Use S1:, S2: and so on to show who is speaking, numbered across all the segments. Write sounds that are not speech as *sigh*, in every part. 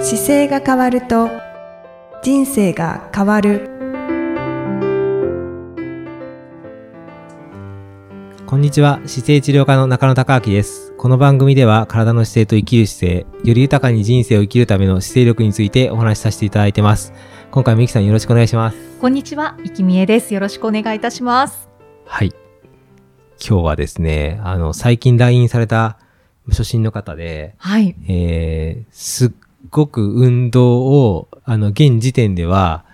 S1: 姿勢が変わると人生が変わる
S2: こんにちは姿勢治療科の中野孝明ですこの番組では体の姿勢と生きる姿勢より豊かに人生を生きるための姿勢力についてお話しさせていただいてます今回みゆきさんよろしくお願いします
S3: こんにちは、いきみえです。よろしくお願いいたします。
S2: はい今日はですねあの最近来院された初心の方で
S3: はい。
S2: えーすっごく運動を、あの、現時点では、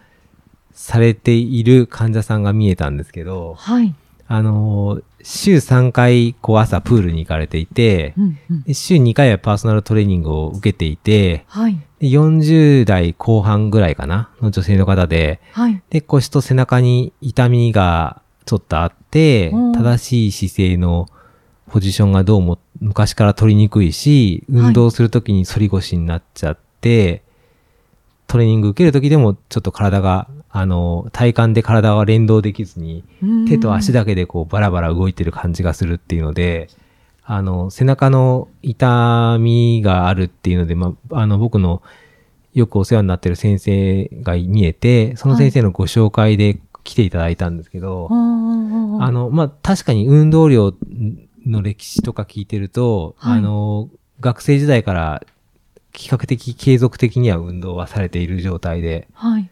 S2: されている患者さんが見えたんですけど、
S3: はい。
S2: あのー週3回、こう、朝プールに行かれていて
S3: う、んうん
S2: で週2回はパーソナルトレーニングを受けていて、
S3: はい。
S2: で40代後半ぐらいかな、の女性の方で、
S3: はい。
S2: で、腰と背中に痛みがちょっとあって
S3: うん、
S2: 正しい姿勢のポジションがどうも昔から取りにくいし、運動するときに反り腰になっちゃって、トレーニング受けるときでもちょっと体が、あの、体幹で体は連動できずに、手と足だけでこうバラバラ動いてる感じがするっていうので、あの、背中の痛みがあるっていうので、まあ、あの、僕のよくお世話になってる先生が見えて、その先生のご紹介で来ていただいたんですけど、
S3: うん。
S2: あ
S3: の、
S2: の、まあ、確かに運動量の歴史とか聞いてると、
S3: はい
S2: あの、学生時代から比較的継続的には運動はされている状態で、
S3: はい。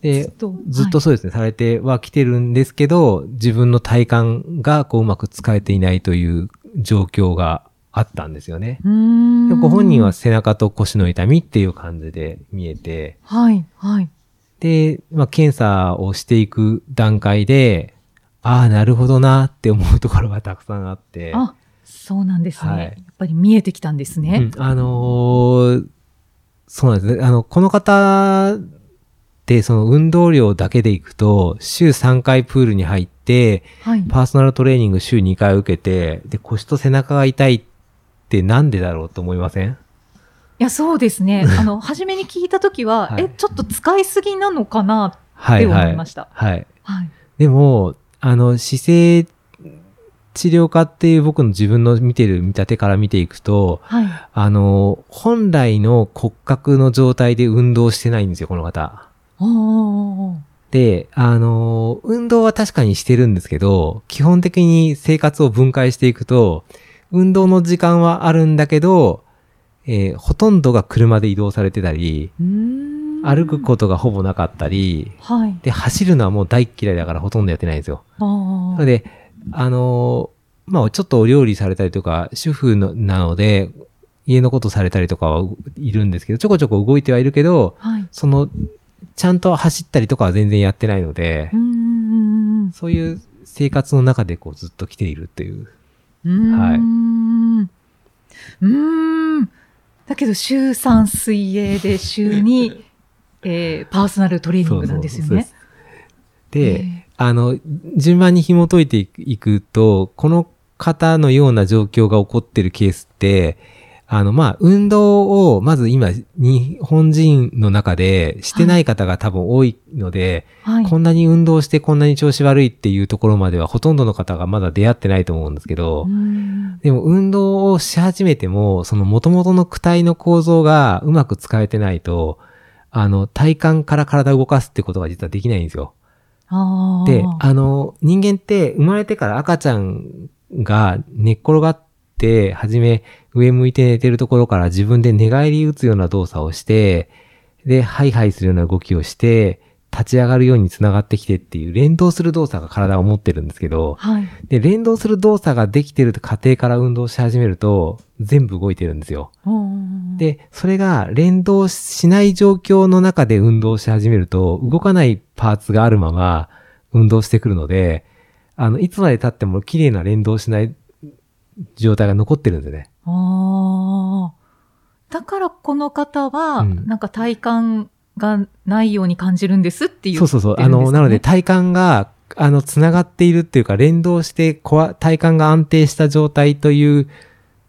S2: で、
S3: と
S2: ずっと
S3: は
S2: そうですね、されては来てるんですけど、自分の体幹がこううまく使えていないという状況があったんですよね。
S3: い、うーん。
S2: でご本人は、背中と腰の痛みっていう感じで見えて、
S3: はい。はい。
S2: で、まあ、検査をしていく段階で、ああ、なるほどなって思うところがたくさんあって、
S3: あ、そうなんですね、
S2: はい
S3: やっぱり見えてきたんです
S2: う
S3: ね
S2: ん。、あのーそうなんですね。あの、この方ってその運動量だけでいくと、週3回プールに入って、
S3: はい。
S2: パーソナルトレーニング週2回受けて、で、腰と背中が痛いってなんでだろうと思いません
S3: いや、そうで
S2: *laughs*
S3: すね。あの、初めに聞いたときは、
S2: はい
S3: え、ちょっと使いすぎなのかなっ
S2: は
S3: て
S2: い、
S3: 思
S2: はいい
S3: ま。した。
S2: はい。
S3: はい。
S2: でも、あの、姿勢治療科っていう僕の自分の見てる見立てから見ていくと、
S3: はい。
S2: あの、本来の骨格の状態で運動してないんですよ、この方。
S3: おーおーおー
S2: で、あの、運動は確かにしてるんですけど、基本的に生活を分解していくと、運動の時間はあるんだけど、えーほとんどが車で移動されてたり、
S3: うーん。
S2: 歩くことがほぼなかったり、
S3: はい。
S2: で、走るのはもう大っ嫌いだからほとんどやってないんですよ。
S3: あー
S2: なので、あのーまあ、ちょっとお料理されたりとか、主婦のなので、家のことされたりとかはいるんですけど、ちょこちょこ動いてはいるけど、
S3: はい。
S2: その、ちゃんと走ったりとかは全然やってないので
S3: うー、ん。
S2: そういう生活の中でこうずっと来ているっていう。
S3: うーん
S2: はいう
S3: ーん。だけど、週3水泳で、週2、えーパーソナルトレーニングなんですよ
S2: そうそう
S3: ね
S2: そ。で、
S3: え
S2: あの、順番に紐解いていくと、この方のような状況が起こってるケースって、あの、まあ、運動を、まず今、日本人の中でしてない方が多分多いので、
S3: ーはい。
S2: こんなに運動してこんなに調子悪いっていうところまではほとんどの方がまだ出会ってないと思うんですけど、
S3: うーん
S2: でも運動をし始めても、その元々の躯体の構造がうまく使えてないと、あの、体幹から体を動かすってことが実はできないんですよ。
S3: あー
S2: で、あの、人間って生まれてから赤ちゃんが寝っ転がって、はじめ上向いて寝てるところから自分で寝返り打つような動作をして、で、ハイハイするような動きをして、立ち上がるように繋がってきてっていう連動する動作が体を持ってるんですけど、
S3: はい。
S2: で、連動する動作ができてる過程から運動し始めると、全部動いてるんですよ。
S3: おーおーおー、
S2: で、それが連動しない状況の中で運動し始めると、動かないパーツがあるまま運動してくるので、あの、いつまで経っても綺麗な連動しない状態が残ってるんですよね。
S3: あーだから、この方は、
S2: うん
S3: なんか体感がないように感じるんですっていう、
S2: そうそうそう。
S3: 言
S2: あ
S3: ってるん
S2: の、
S3: すね
S2: なので、体幹が、あの、つながっているっていうか、連動して、こわ体幹が安定した状態という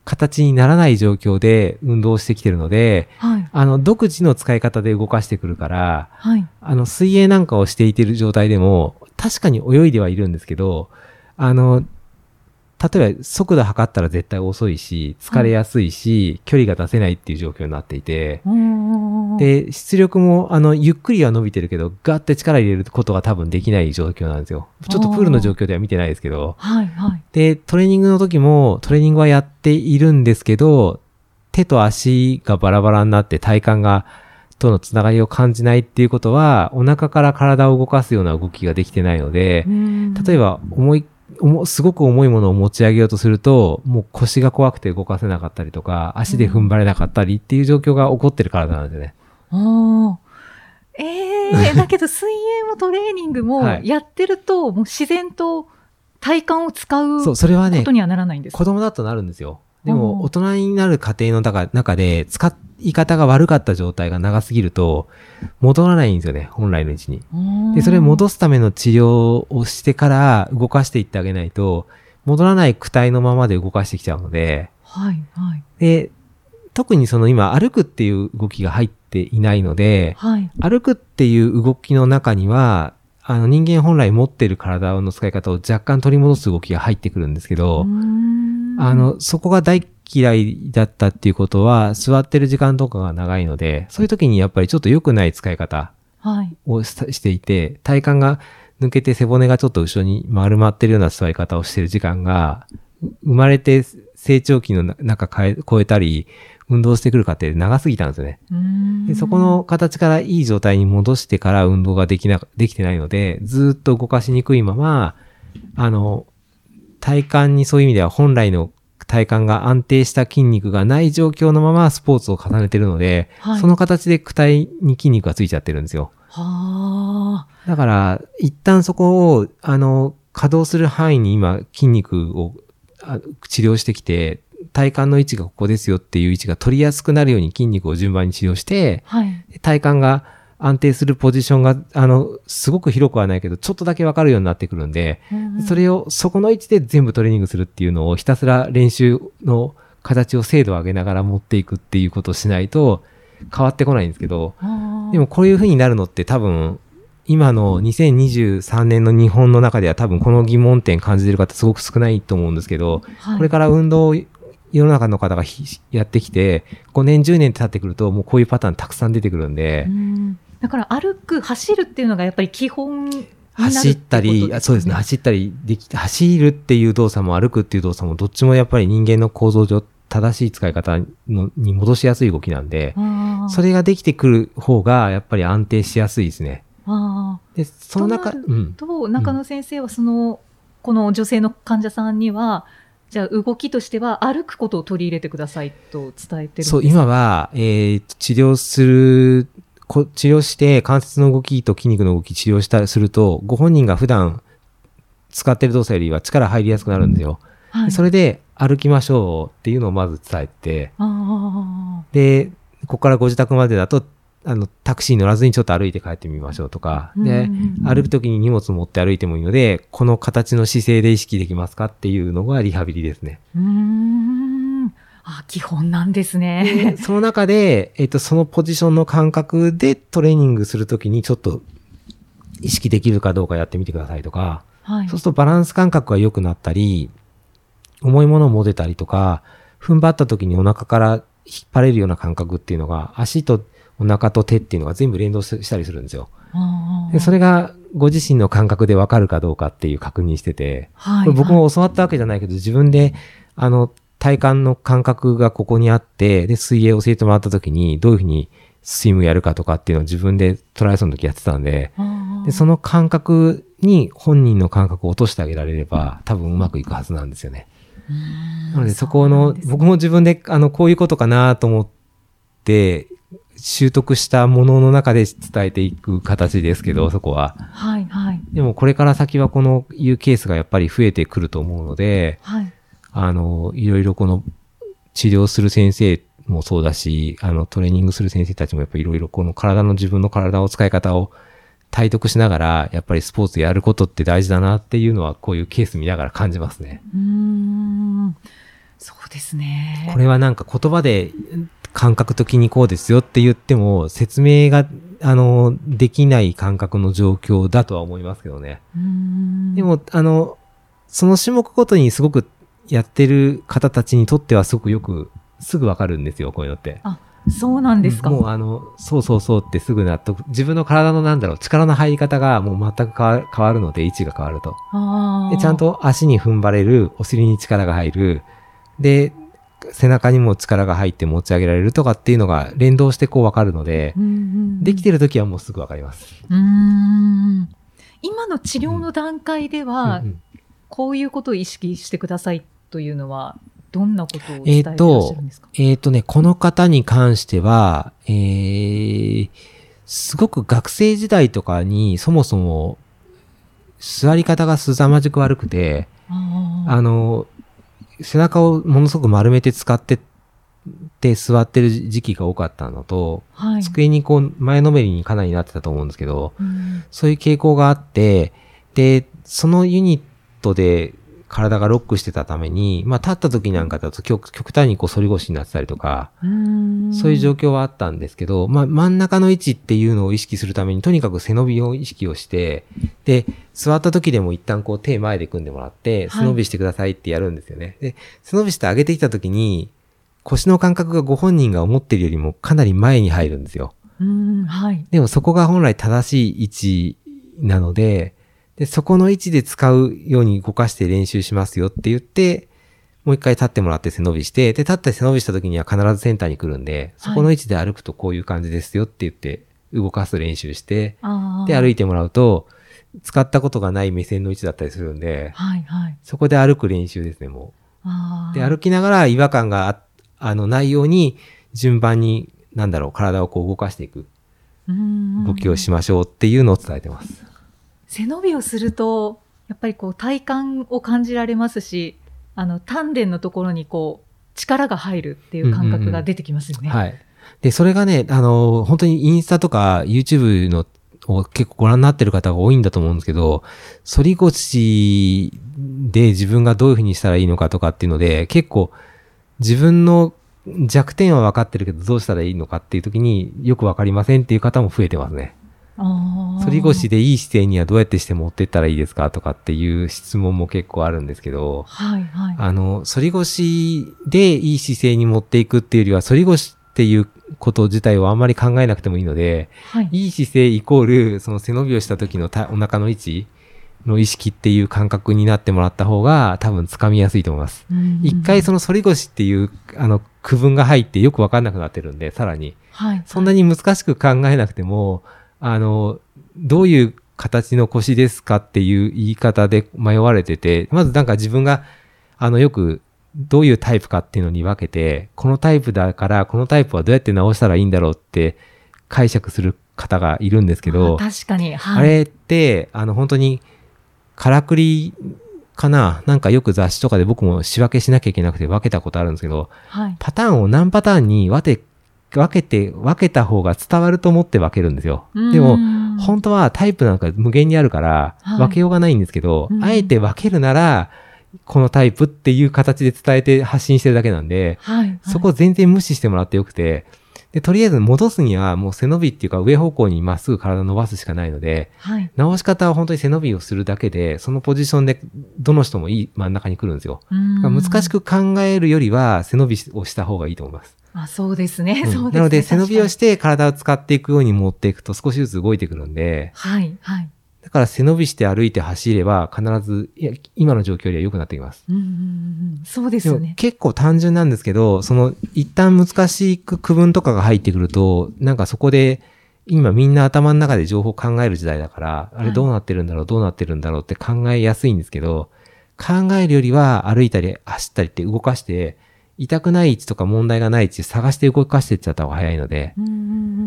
S2: 形にならない状況で運動してきてるので、
S3: はい。
S2: あの、独自の使い方で動かしてくるから、
S3: はい。
S2: あの、水泳なんかをしていてる状態でも、確かに泳いではいるんですけど、あの、例えば速度測ったら絶対遅いし、疲れやすいし、距離が出せないっていう状況になっていて、
S3: うん
S2: で、出力も、あの、ゆっくりは伸びてるけど、ガッて力入れることが多分できない状況なんですよ。ちょっとプールの状況では見てないですけど。
S3: はいはい。
S2: で、トレーニングの時も、トレーニングはやっているんですけど、手と足がバラバラになって体幹が、とのつながりを感じないっていうことは、お腹から体を動かすような動きができてないので、例え
S3: ば、
S2: ば、重い、重すごく重いものを持ち上げようとすると、もう腰が怖くて動かせなかったりとか、足で踏ん張れなかったりっていう状況が起こってる体なんですよね。
S3: おーえ
S2: *laughs*
S3: ー、だけど水泳もトレーニングも
S2: はい
S3: やってると、もう自然と体幹を使う
S2: そ
S3: こ
S2: う、それはね
S3: と、にはならないんですか
S2: 子供だとなるんですよ。で
S3: うん
S2: も、大人になる過程の中中で、使い方が悪かった状態が長すぎると、戻らないんですよね、本来の位置に。で、それ戻すための治療をしてから動かしていってあげないと、戻らない躯体のままで動かしてきちゃうので、
S3: はいはい
S2: で、特にその今、歩くっていう動きが入っていないので、
S3: はい。
S2: 歩くっていう動きの中には、あの人間本来持ってる体の使い方を若干取り戻す動きが入ってくるんですけど、
S3: うーん
S2: あ、の、そこが大嫌いだったっていうことは、座ってる時間とかが長いので、そういう時にやっぱりちょっと良くない使い方
S3: はい。
S2: をしたしていて、体幹が抜けて背骨がちょっと後ろに丸まってるような座り方をしてる時間が、う生まれて成長期のな中変え超えたり、運動してくる過程で長すぎたんですよね。
S3: うーん
S2: でそこの、形からいい状態に戻してから運動ができな、できてないので、ずーっと動かしにくいまま、あの、体幹にそういう意味では本来の体幹が安定した筋肉がない状況のままスポーツを重ねてるので、
S3: はい
S2: その形で躯体に筋肉がついちゃってるんですよ。
S3: はあ。
S2: だから、一旦そこを、あの、稼働する範囲に今筋肉をあ治療してきて、体幹の位置がここですよっていう位置が取りやすくなるように筋肉を順番に治療して、
S3: はい。
S2: 体幹が安定するポジションが、あの、すごく広くはないけど、ちょっとだけわかるようになってくるんで、そ
S3: れ、
S2: れを、そこの位置で全部トレーニングするっていうのを、ひたすら練習の形を精度を上げながら持っていくっていうことをしないと、変わってこないんですけど、で
S3: で
S2: も、こういう風になるのって多分、今の2023年の日本の中では多分この疑問点感じてる方すごく少ないと思うんですけど、
S3: はい
S2: これから運動を世の中の方がひやってきて、5年、10年経ってくると、もうこういうパターンたくさん出てくるんで
S3: う、んだから歩く、走るっていうのがやっぱり基本になる
S2: 走ったり、あそうですね、
S3: ね。
S2: 走ったりでき、走るっていう動作も歩くっていう動作も、どっちもやっぱり人間の構造上、正しい使い方のに戻しやすい動きなんで、
S3: あー
S2: それができてくる方が、やっぱり安定しやすいですね。
S3: あ
S2: で、その中、
S3: と
S2: う
S3: なる
S2: ん
S3: ー。と、中野先生はその、この女性の患者さんには、じゃあ動きとしては歩くことを取り入れてくださいと伝えてるんです
S2: そう、今は、えー治療する、こ治療して関節の動きと筋肉の動き治療したすると、ご本人が普段使ってる動作よりは力入りやすくなるんですよ。
S3: はい、
S2: それで歩きましょうっていうのをまず伝えて、
S3: あ
S2: で、ここからご自宅までだと、あの、タクシー乗らずにちょっと歩いて帰ってみましょうとか、
S3: ーう
S2: で、
S3: ん
S2: 歩くときに荷物持って歩いてもいいので、この形の姿勢で意識できますかっていうのがリハビリですね。
S3: うーん。あ、基本なんですね。
S2: その中で、えっと、そのポジションの感覚でトレーニングするときにちょっと意識できるかどうかやってみてくださいとか、
S3: はい
S2: そうするとバランス感覚が良くなったり、重いものを持てたりとか、踏ん張った時にお腹から引っ張れるような感覚っていうのが、足とお腹と手っていうのが全部連動ししたりするんですよ。
S3: あー
S2: でそれがご自身の感覚でわかるかどうかっていう確認してて、
S3: はい
S2: これ僕も教わったわけじゃないけど、自分で、あの、体幹の感覚がここにあって、で、水泳を教えてもらった時に、どういうふうにスイムやるかとかっていうのを自分でトライアスロンの時やってたんで、で、そ
S3: の、
S2: の感覚に本人の感覚を落としてあげられれば、多分うまくいくはずなんですよね。なので、そこの、僕も自分で、あの、こういうことかなと思って、習得したものの中で伝えていく形ですけど、そこは。
S3: はい、はい、
S2: でも、これから先はこのいうケースがやっぱり増えてくると思うので、
S3: はい。
S2: あの、いろいろこの治療する先生もそうだし、あの、トレーニングする先生たちもやっぱりいろいろこの体の自分の体を使い方を体得しながら、やっぱりスポーツやることって大事だなっていうのは、こういうケース見ながら感じますね。
S3: うーん。そうですね。
S2: これはなんか言葉で感覚的にこうですよって言っても、説明が、あの、できない感覚の状況だとは思いますけどね。
S3: うーん
S2: でも、あの、その種目ごとにすごくやってる方たちにとってはすごくよく、すぐわかるんですよ、こういうのって。
S3: そうなんですか。
S2: もうあの、そうそうそうってすぐ納得、自分の体のなんだろう、力の入り方がもう全く変わ変わるので、位置が変わると。
S3: あー
S2: で、ちゃんと足に踏ん張れる、お尻に力が入る、で、背中にも力が入って持ち上げられるとかっていうのが連動してこうわかるので
S3: う、んうん、
S2: できてる時はもうすぐわかります。
S3: うーん今の治療の段階では、
S2: うんうん
S3: こういうことを意識してくださいというのは、どんなことを伝えていらっしゃるんですか、
S2: えっ、とね、この方に関しては、えー、すごく学生時代とかにそもそも座り方がすざまじく悪くて、
S3: あー
S2: あの、背中をものすごく丸めて使ってって座ってる時期が多かったのと、
S3: はい、
S2: 机にこう前のめりにかなりなってたと思うんですけど、
S3: うん
S2: そういう傾向があって、で、そのユニットで体がロックしてたために、まあ立った時なんかだと極極端にこう反り腰になってたりとか、
S3: うん
S2: そういう状況はあったんですけど、まあ真ん中の位置っていうのを意識するために、とにかく背伸びを意識をして、で、座った時でも一旦こう手前で組んでもらって、
S3: はい
S2: 背伸びしてくださいってやるんですよね。で、背伸びして上げてきた時に、腰の感覚がご本人が思ってるよりもかなり前に入るんですよ。
S3: うんはい。
S2: でもそこが本来正しい位置なので、で、そこの位置で使うように動かして練習しますよって言って、もう一回立ってもらって背伸びして、で、立って背伸びした時には必ずセンターに来るんで、そこの位置で歩くとこういう感じですよって言って、動かす練習して、
S3: あー
S2: で、歩いてもらうと、使ったことがない目線の位置だったりするんで、
S3: はいはい。
S2: そこで歩く練習ですね、も
S3: あ
S2: う。
S3: ー
S2: で、歩きながら違和感がああの、ないように、順番に、なんだろう、体をこう動かしていく
S3: うん
S2: 動きをしましょうっていうのを伝えてます。
S3: 背伸びをすると、やっぱりこう体感を感じられますし、あの丹田のところにこう力が入るっていう感覚が出てきますよね。
S2: はい。で、それがね、あの、本当にインスタとか YouTube のを結構ご覧になってる方が多いんだと思うんですけど、反り腰で自分がどういうふうにしたらいいのかとかっていうので、結構自分の弱点は分かってるけど、どうしたらいいのかっていう時によく分かりませんっていう方も増えてますね。
S3: あー
S2: 反り腰でいい姿勢にはどうやってして持ってったらいいですかとかっていう質問も結構あるんですけど、
S3: はいはい。
S2: あの、反り腰でいい姿勢に持っていくっていうよりは、反り腰っていうこと自体はあんまり考えなくてもいいので、
S3: はい。
S2: いい姿勢イコール、その背伸びをした時のたお腹の位置の意識っていう感覚になってもらった方が多分掴みやすいと思います。
S3: うん
S2: 一回その反り腰っていう、あの、区分が入ってよくわかんなくなってるんで、さらに。
S3: はい、
S2: そんなに難しく考えなくても、あの、どういう形の腰ですかっていう言い方で迷われてて、まずなんか自分が、あの、よく、どういうタイプかっていうのに分けて、このタイプだから、このタイプはどうやって直したらいいんだろうって解釈する方がいるんですけど、
S3: あ確かに、はい、
S2: あれって、あの、本当に、からくりかななんかよく雑誌とかで僕も仕分けしなきゃいけなくて分けたことあるんですけど、
S3: はい、
S2: パターンを何パターンに分け分けて、分けた方が伝わると思って分けるんですよ。で
S3: う
S2: も、
S3: ん
S2: 本当はタイプなんか無限にあるから、
S3: はい
S2: 分けようがないんですけど、
S3: うん
S2: あえて分けるなら、このタイプっていう形で伝えて発信してるだけなんで、
S3: はいはい、
S2: そこ全然無視してもらってよくて、で、とりあえず戻すにはもう背伸びっていうか上方向にまっすぐ体伸ばすしかないので、
S3: はい、
S2: 直し方は本当に背伸びをするだけで、そのポジションでどの人もいい真ん中に来るんですよ。
S3: うん
S2: だから難しく考えるよりは背伸びをした方がいいと思います。
S3: あ、そうですね、
S2: うん
S3: そうですね、
S2: なので背伸びをしてて体を使っていくように持っていくと少しずつ動いてくるんで、
S3: はい、はい、
S2: だから背伸びして歩いて走れば必ず、いや、今の状況よりは良くなってきます。
S3: うんうんうんうん、そうです
S2: で
S3: よ
S2: も
S3: ね。
S2: 結構単純なんですけど、その一旦難しく区分とかが入ってくると、なんかそこで今みんな頭の中で情報を考える時代だから、あ
S3: は
S2: れ
S3: い
S2: どうなってるんだろう、どうなってるんだろうって考えやすいんですけど、考えるよりは歩いたり走ったりって動かして、痛くない位置とか問題がない位置探して動かしていっちゃった方が早いので、
S3: うんうんう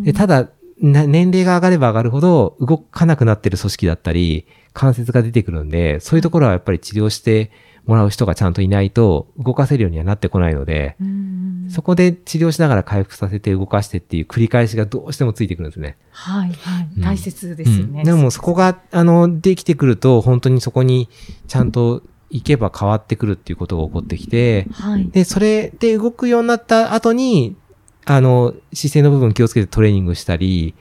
S3: ん
S2: でただな、年齢が上がれば上がるほど動かなくなってる組織だったり、関節が出てくるんで、そういうところはやっぱり治療してもらう人がちゃんといないと動かせるようにはなってこないので、
S3: うんうんうん
S2: そこで治療しながら回復させて動かしてっていう繰り返しがどうしてもついてくるんですね。
S3: はい、は
S2: う
S3: い、
S2: ん
S3: 大切ですよ
S2: う
S3: ね。
S2: んでもそこが、あの、できてくると、本当にそこにちゃんと行けば変わってくるっていうことが起こってきて、
S3: はい、
S2: で、それで動くようになった後に、あの、姿勢の部分気をつけてトレーニングしたり、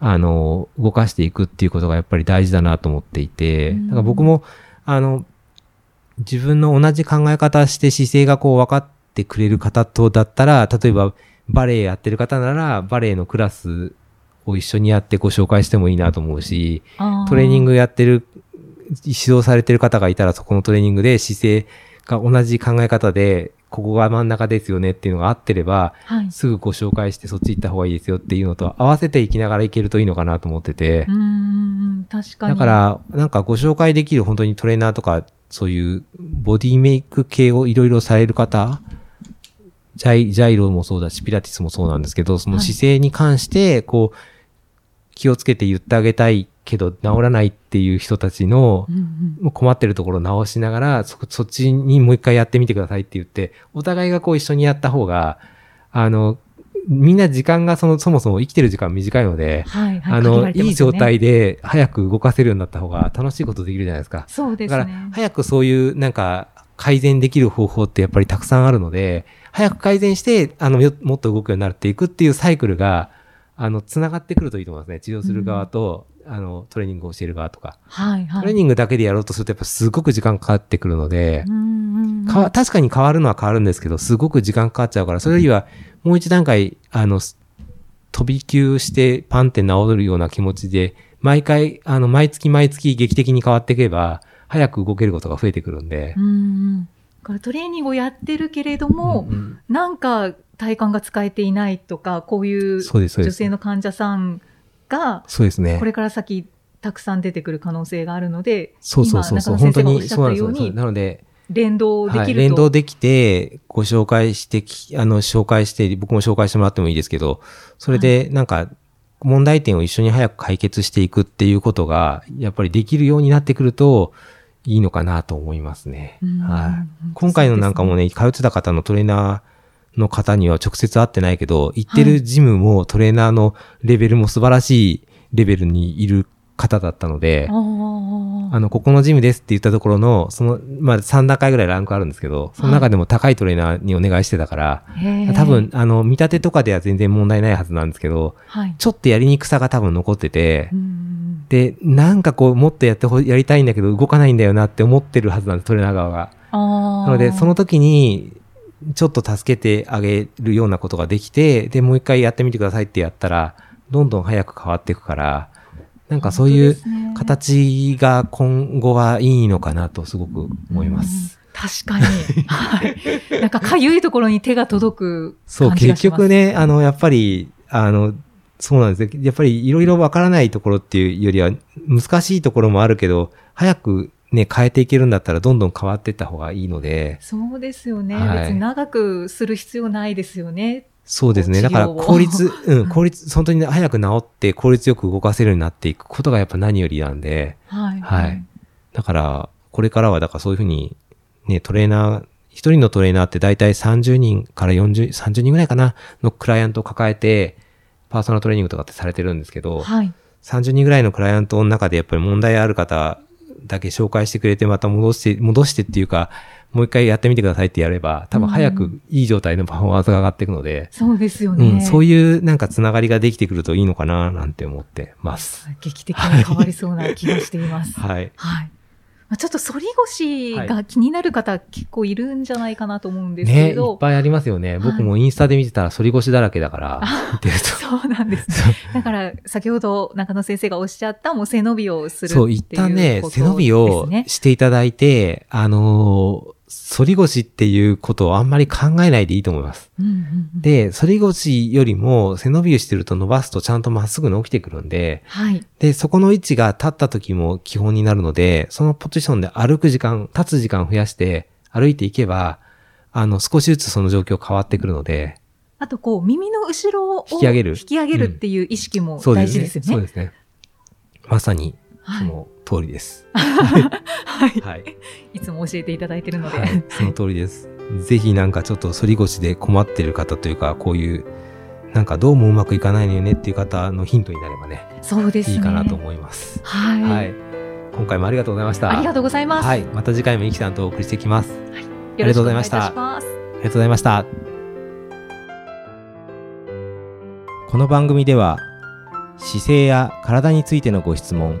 S2: あの、動かしていくっていうことがやっぱり大事だなと思っていて、
S3: うん
S2: だから僕も、あの、自分の同じ考え方して姿勢がこう分かってくれる方とだったら、例えばバレエやってる方なら、バレエのクラスを一緒にやってご紹介してもいいなと思うし、トレーニン
S3: グ
S2: グやってる、指導されてる方がいたら、そこのトレーニングで姿勢が同じ考え方で、ここが真ん中ですよねっていうのが合ってれば、
S3: はい
S2: すぐご紹介してそっち行った方がいいですよっていうのと合わせていきながらいけるといいのかなと思ってて。
S3: うーん確かに
S2: だから、なんかご紹介できる本当にトレーナーとか、そういうボディメイク系をいろいろされる方、ジャイ、ジャイロもそうだし、ピラティスもそうなんですけど、その
S3: はい
S2: 姿勢に関して、こう、気をつけて言ってあげたいけど治らないっていう人たちの
S3: う、んうん
S2: もう困ってるところを直しながら、そ、そっちにもう一回やってみてくださいって言って、お互いがこう一緒にやった方が、あの、みんな時間がその、そもそも生きてる時間短いので、
S3: はいはい
S2: あ
S3: 限
S2: の、
S3: られてますよね
S2: いい状態で早く動かせるようになった方が楽しいことできるじゃないですか。
S3: そうで
S2: だか
S3: すね
S2: ら、早くそういうなんか改善できる方法ってやっぱりたくさんあるので、早く改善して、あの、よもっと動くようになっていくっていうサイクルが、あの、つながってくるといいと思いますね。治療する側と、あの、トレーニングを教える側とか。
S3: はいはい
S2: トレーニングだけでやろうとするとやっぱすごく時間かかってくるので、
S3: うんうんうん
S2: かわ確かに変わるのは変わるんですけど、すごく時間かかっちゃうから、それよりはもう一段階、あの、す飛び級してパンって治るような気持ちで、毎回、あの、毎月毎月劇的に変わっていけば、早く動けることが増えてくるんで
S3: う。んうんだからトレーニングをやってるけれども、
S2: うん
S3: なんか体幹が使えていないとかこういう
S2: そうです、そうで
S3: 女
S2: す。
S3: 性の患者さんが
S2: そうですね
S3: こ。れから先たくさん出てくる可能性があるので
S2: そうそうそうそう、本
S3: 今中
S2: 当
S3: 野先生がおっ
S2: に
S3: しゃ
S2: そうなんです
S3: ったよう
S2: よ。そう
S3: に
S2: なので、
S3: 連動で
S2: は
S3: き
S2: い、
S3: る
S2: 連
S3: と、
S2: 動できて、ご紹介してき、あの、紹介して、僕も紹介してもらってもいいですけど、それで、なんか、問題点を一緒に早く解決していくっていうことが、やっぱりできるようになってくると、いいのかなと思いますね。
S3: うん
S2: はい。今回のなんかもね、通ってた方のトレーナーの方には直接会ってないけど、行って
S3: は
S2: る
S3: い
S2: ジムもトレーナーのレベルも素晴らしいレベルにいる方だったので、
S3: あ
S2: あの、ここのジムですって言ったところの、その、まあ、3段階ぐらいランクあるんですけど、その中でも高いトレーナーにお願いしてたから、
S3: ー
S2: 多分、、あの、見立てとかでは全然問題ないはずなんですけど、
S3: はい
S2: ちょっとやりにくさが多分残ってて
S3: う、ん
S2: で、なんかこう、もっとやってほ、やりたいんだけど、動かないんだよなって思ってるはずなんです、トレーナー側が。
S3: な
S2: なので、その時に、ちょっと助けてあげるようなことができて、で、もう一回やってみてくださいってやったら、どんどん早く変わっていくから、なんかそういう、形が今後はいいのかなとすごく思います。 *laughs*
S3: うん。確かに。はい。なんか、かゆいところに手が届く
S2: そう、
S3: 感じが
S2: 結
S3: します。
S2: 局ね、あの、やっぱり、あの、そうなんですよ。やっぱりいろいろわからないところっていうよりは、難しいところもあるけど、早くね、変えていけるんだったらどんどん変わっていった方がいいので、
S3: そうですよね、
S2: はい
S3: 別に長くする必要ないですよね。
S2: そうですね。
S3: 治療
S2: だ
S3: を
S2: から効率、
S3: *laughs*
S2: うん、効率、本当に早く治って効率よく動かせるようになっていくことがやっぱ何よりなんで、
S3: はい。
S2: はい。だから、これからは、だからそういうふうに、ね、トレーナー、一人のトレーナーって大体30人から40、30人ぐらいかな、のクライアントを抱えて、パーソナルトレーニングとかってされてるんですけど、
S3: はい。
S2: 30人ぐらいのクライアントの中でやっぱり問題ある方だけ紹介してくれて、また戻して、戻してっていうか、もう一回やってみてくださいってやれば、多分早くいい状態のパフォーマンスが上がっていくので、
S3: そうですよ
S2: う
S3: ね。
S2: ん、そういうなんかつながりができてくるといいのかな、なんて思ってます。
S3: 劇的に変わりそうな気がしています。はい。
S2: はい。
S3: まあちょっと反り腰が気になる方、結構いるんじゃないかなと思うんですけ
S2: ね、い
S3: れ
S2: っ
S3: ど、
S2: ぱいありますよね。
S3: い
S2: 僕もインスタで見てたら反り腰だらけだから、見てると。
S3: そうなんです、ね。だから、先ほど中野先生がおっしゃった、もう背伸びをするって
S2: *laughs*
S3: いう
S2: そ
S3: こ
S2: う、
S3: とです
S2: 一
S3: ね。
S2: 旦ね、背伸びをしていただいて、あのー反り腰っていうことをあんまり考えないでいいと思います。
S3: うんうんうん、
S2: で、反り腰よりも背伸びをしてると伸ばすとちゃんとまっすぐに起きてくるんで、
S3: はい。
S2: で、そこの位置が立った時も基本になるので、そのポジションで歩く時間、立つ時間を増やして歩いていけば、あの、少しずつその状況変わってくるので、
S3: あと、こう、耳の後ろを
S2: 引き上げる
S3: 引き上げるっていう意識も
S2: そうで
S3: 大
S2: す
S3: 事
S2: ね。
S3: ですよ
S2: そう
S3: ね。
S2: ですね。まさに
S3: は
S2: そ
S3: い。
S2: の通りです。
S3: *laughs* はい。
S2: はい。
S3: いつも教えていただいてるので。
S2: はい、その通りです。ぜひなんかちょっと反り腰で困ってる方というか、こういう、なんかどうもうまくいかないのよねっていう方のヒントになればね、
S3: そうですね。
S2: いいかなと思います。
S3: はい。
S2: はい。今回もありがとうございました。
S3: ありがとうございます。
S2: はい。また次回もイキさんとお送りしていきます。あ
S3: よろしくお願いい
S2: あ
S3: た
S2: りがとう
S3: し
S2: ご
S3: ます。
S2: りがとうございました。この番組では姿勢や体についてのご質問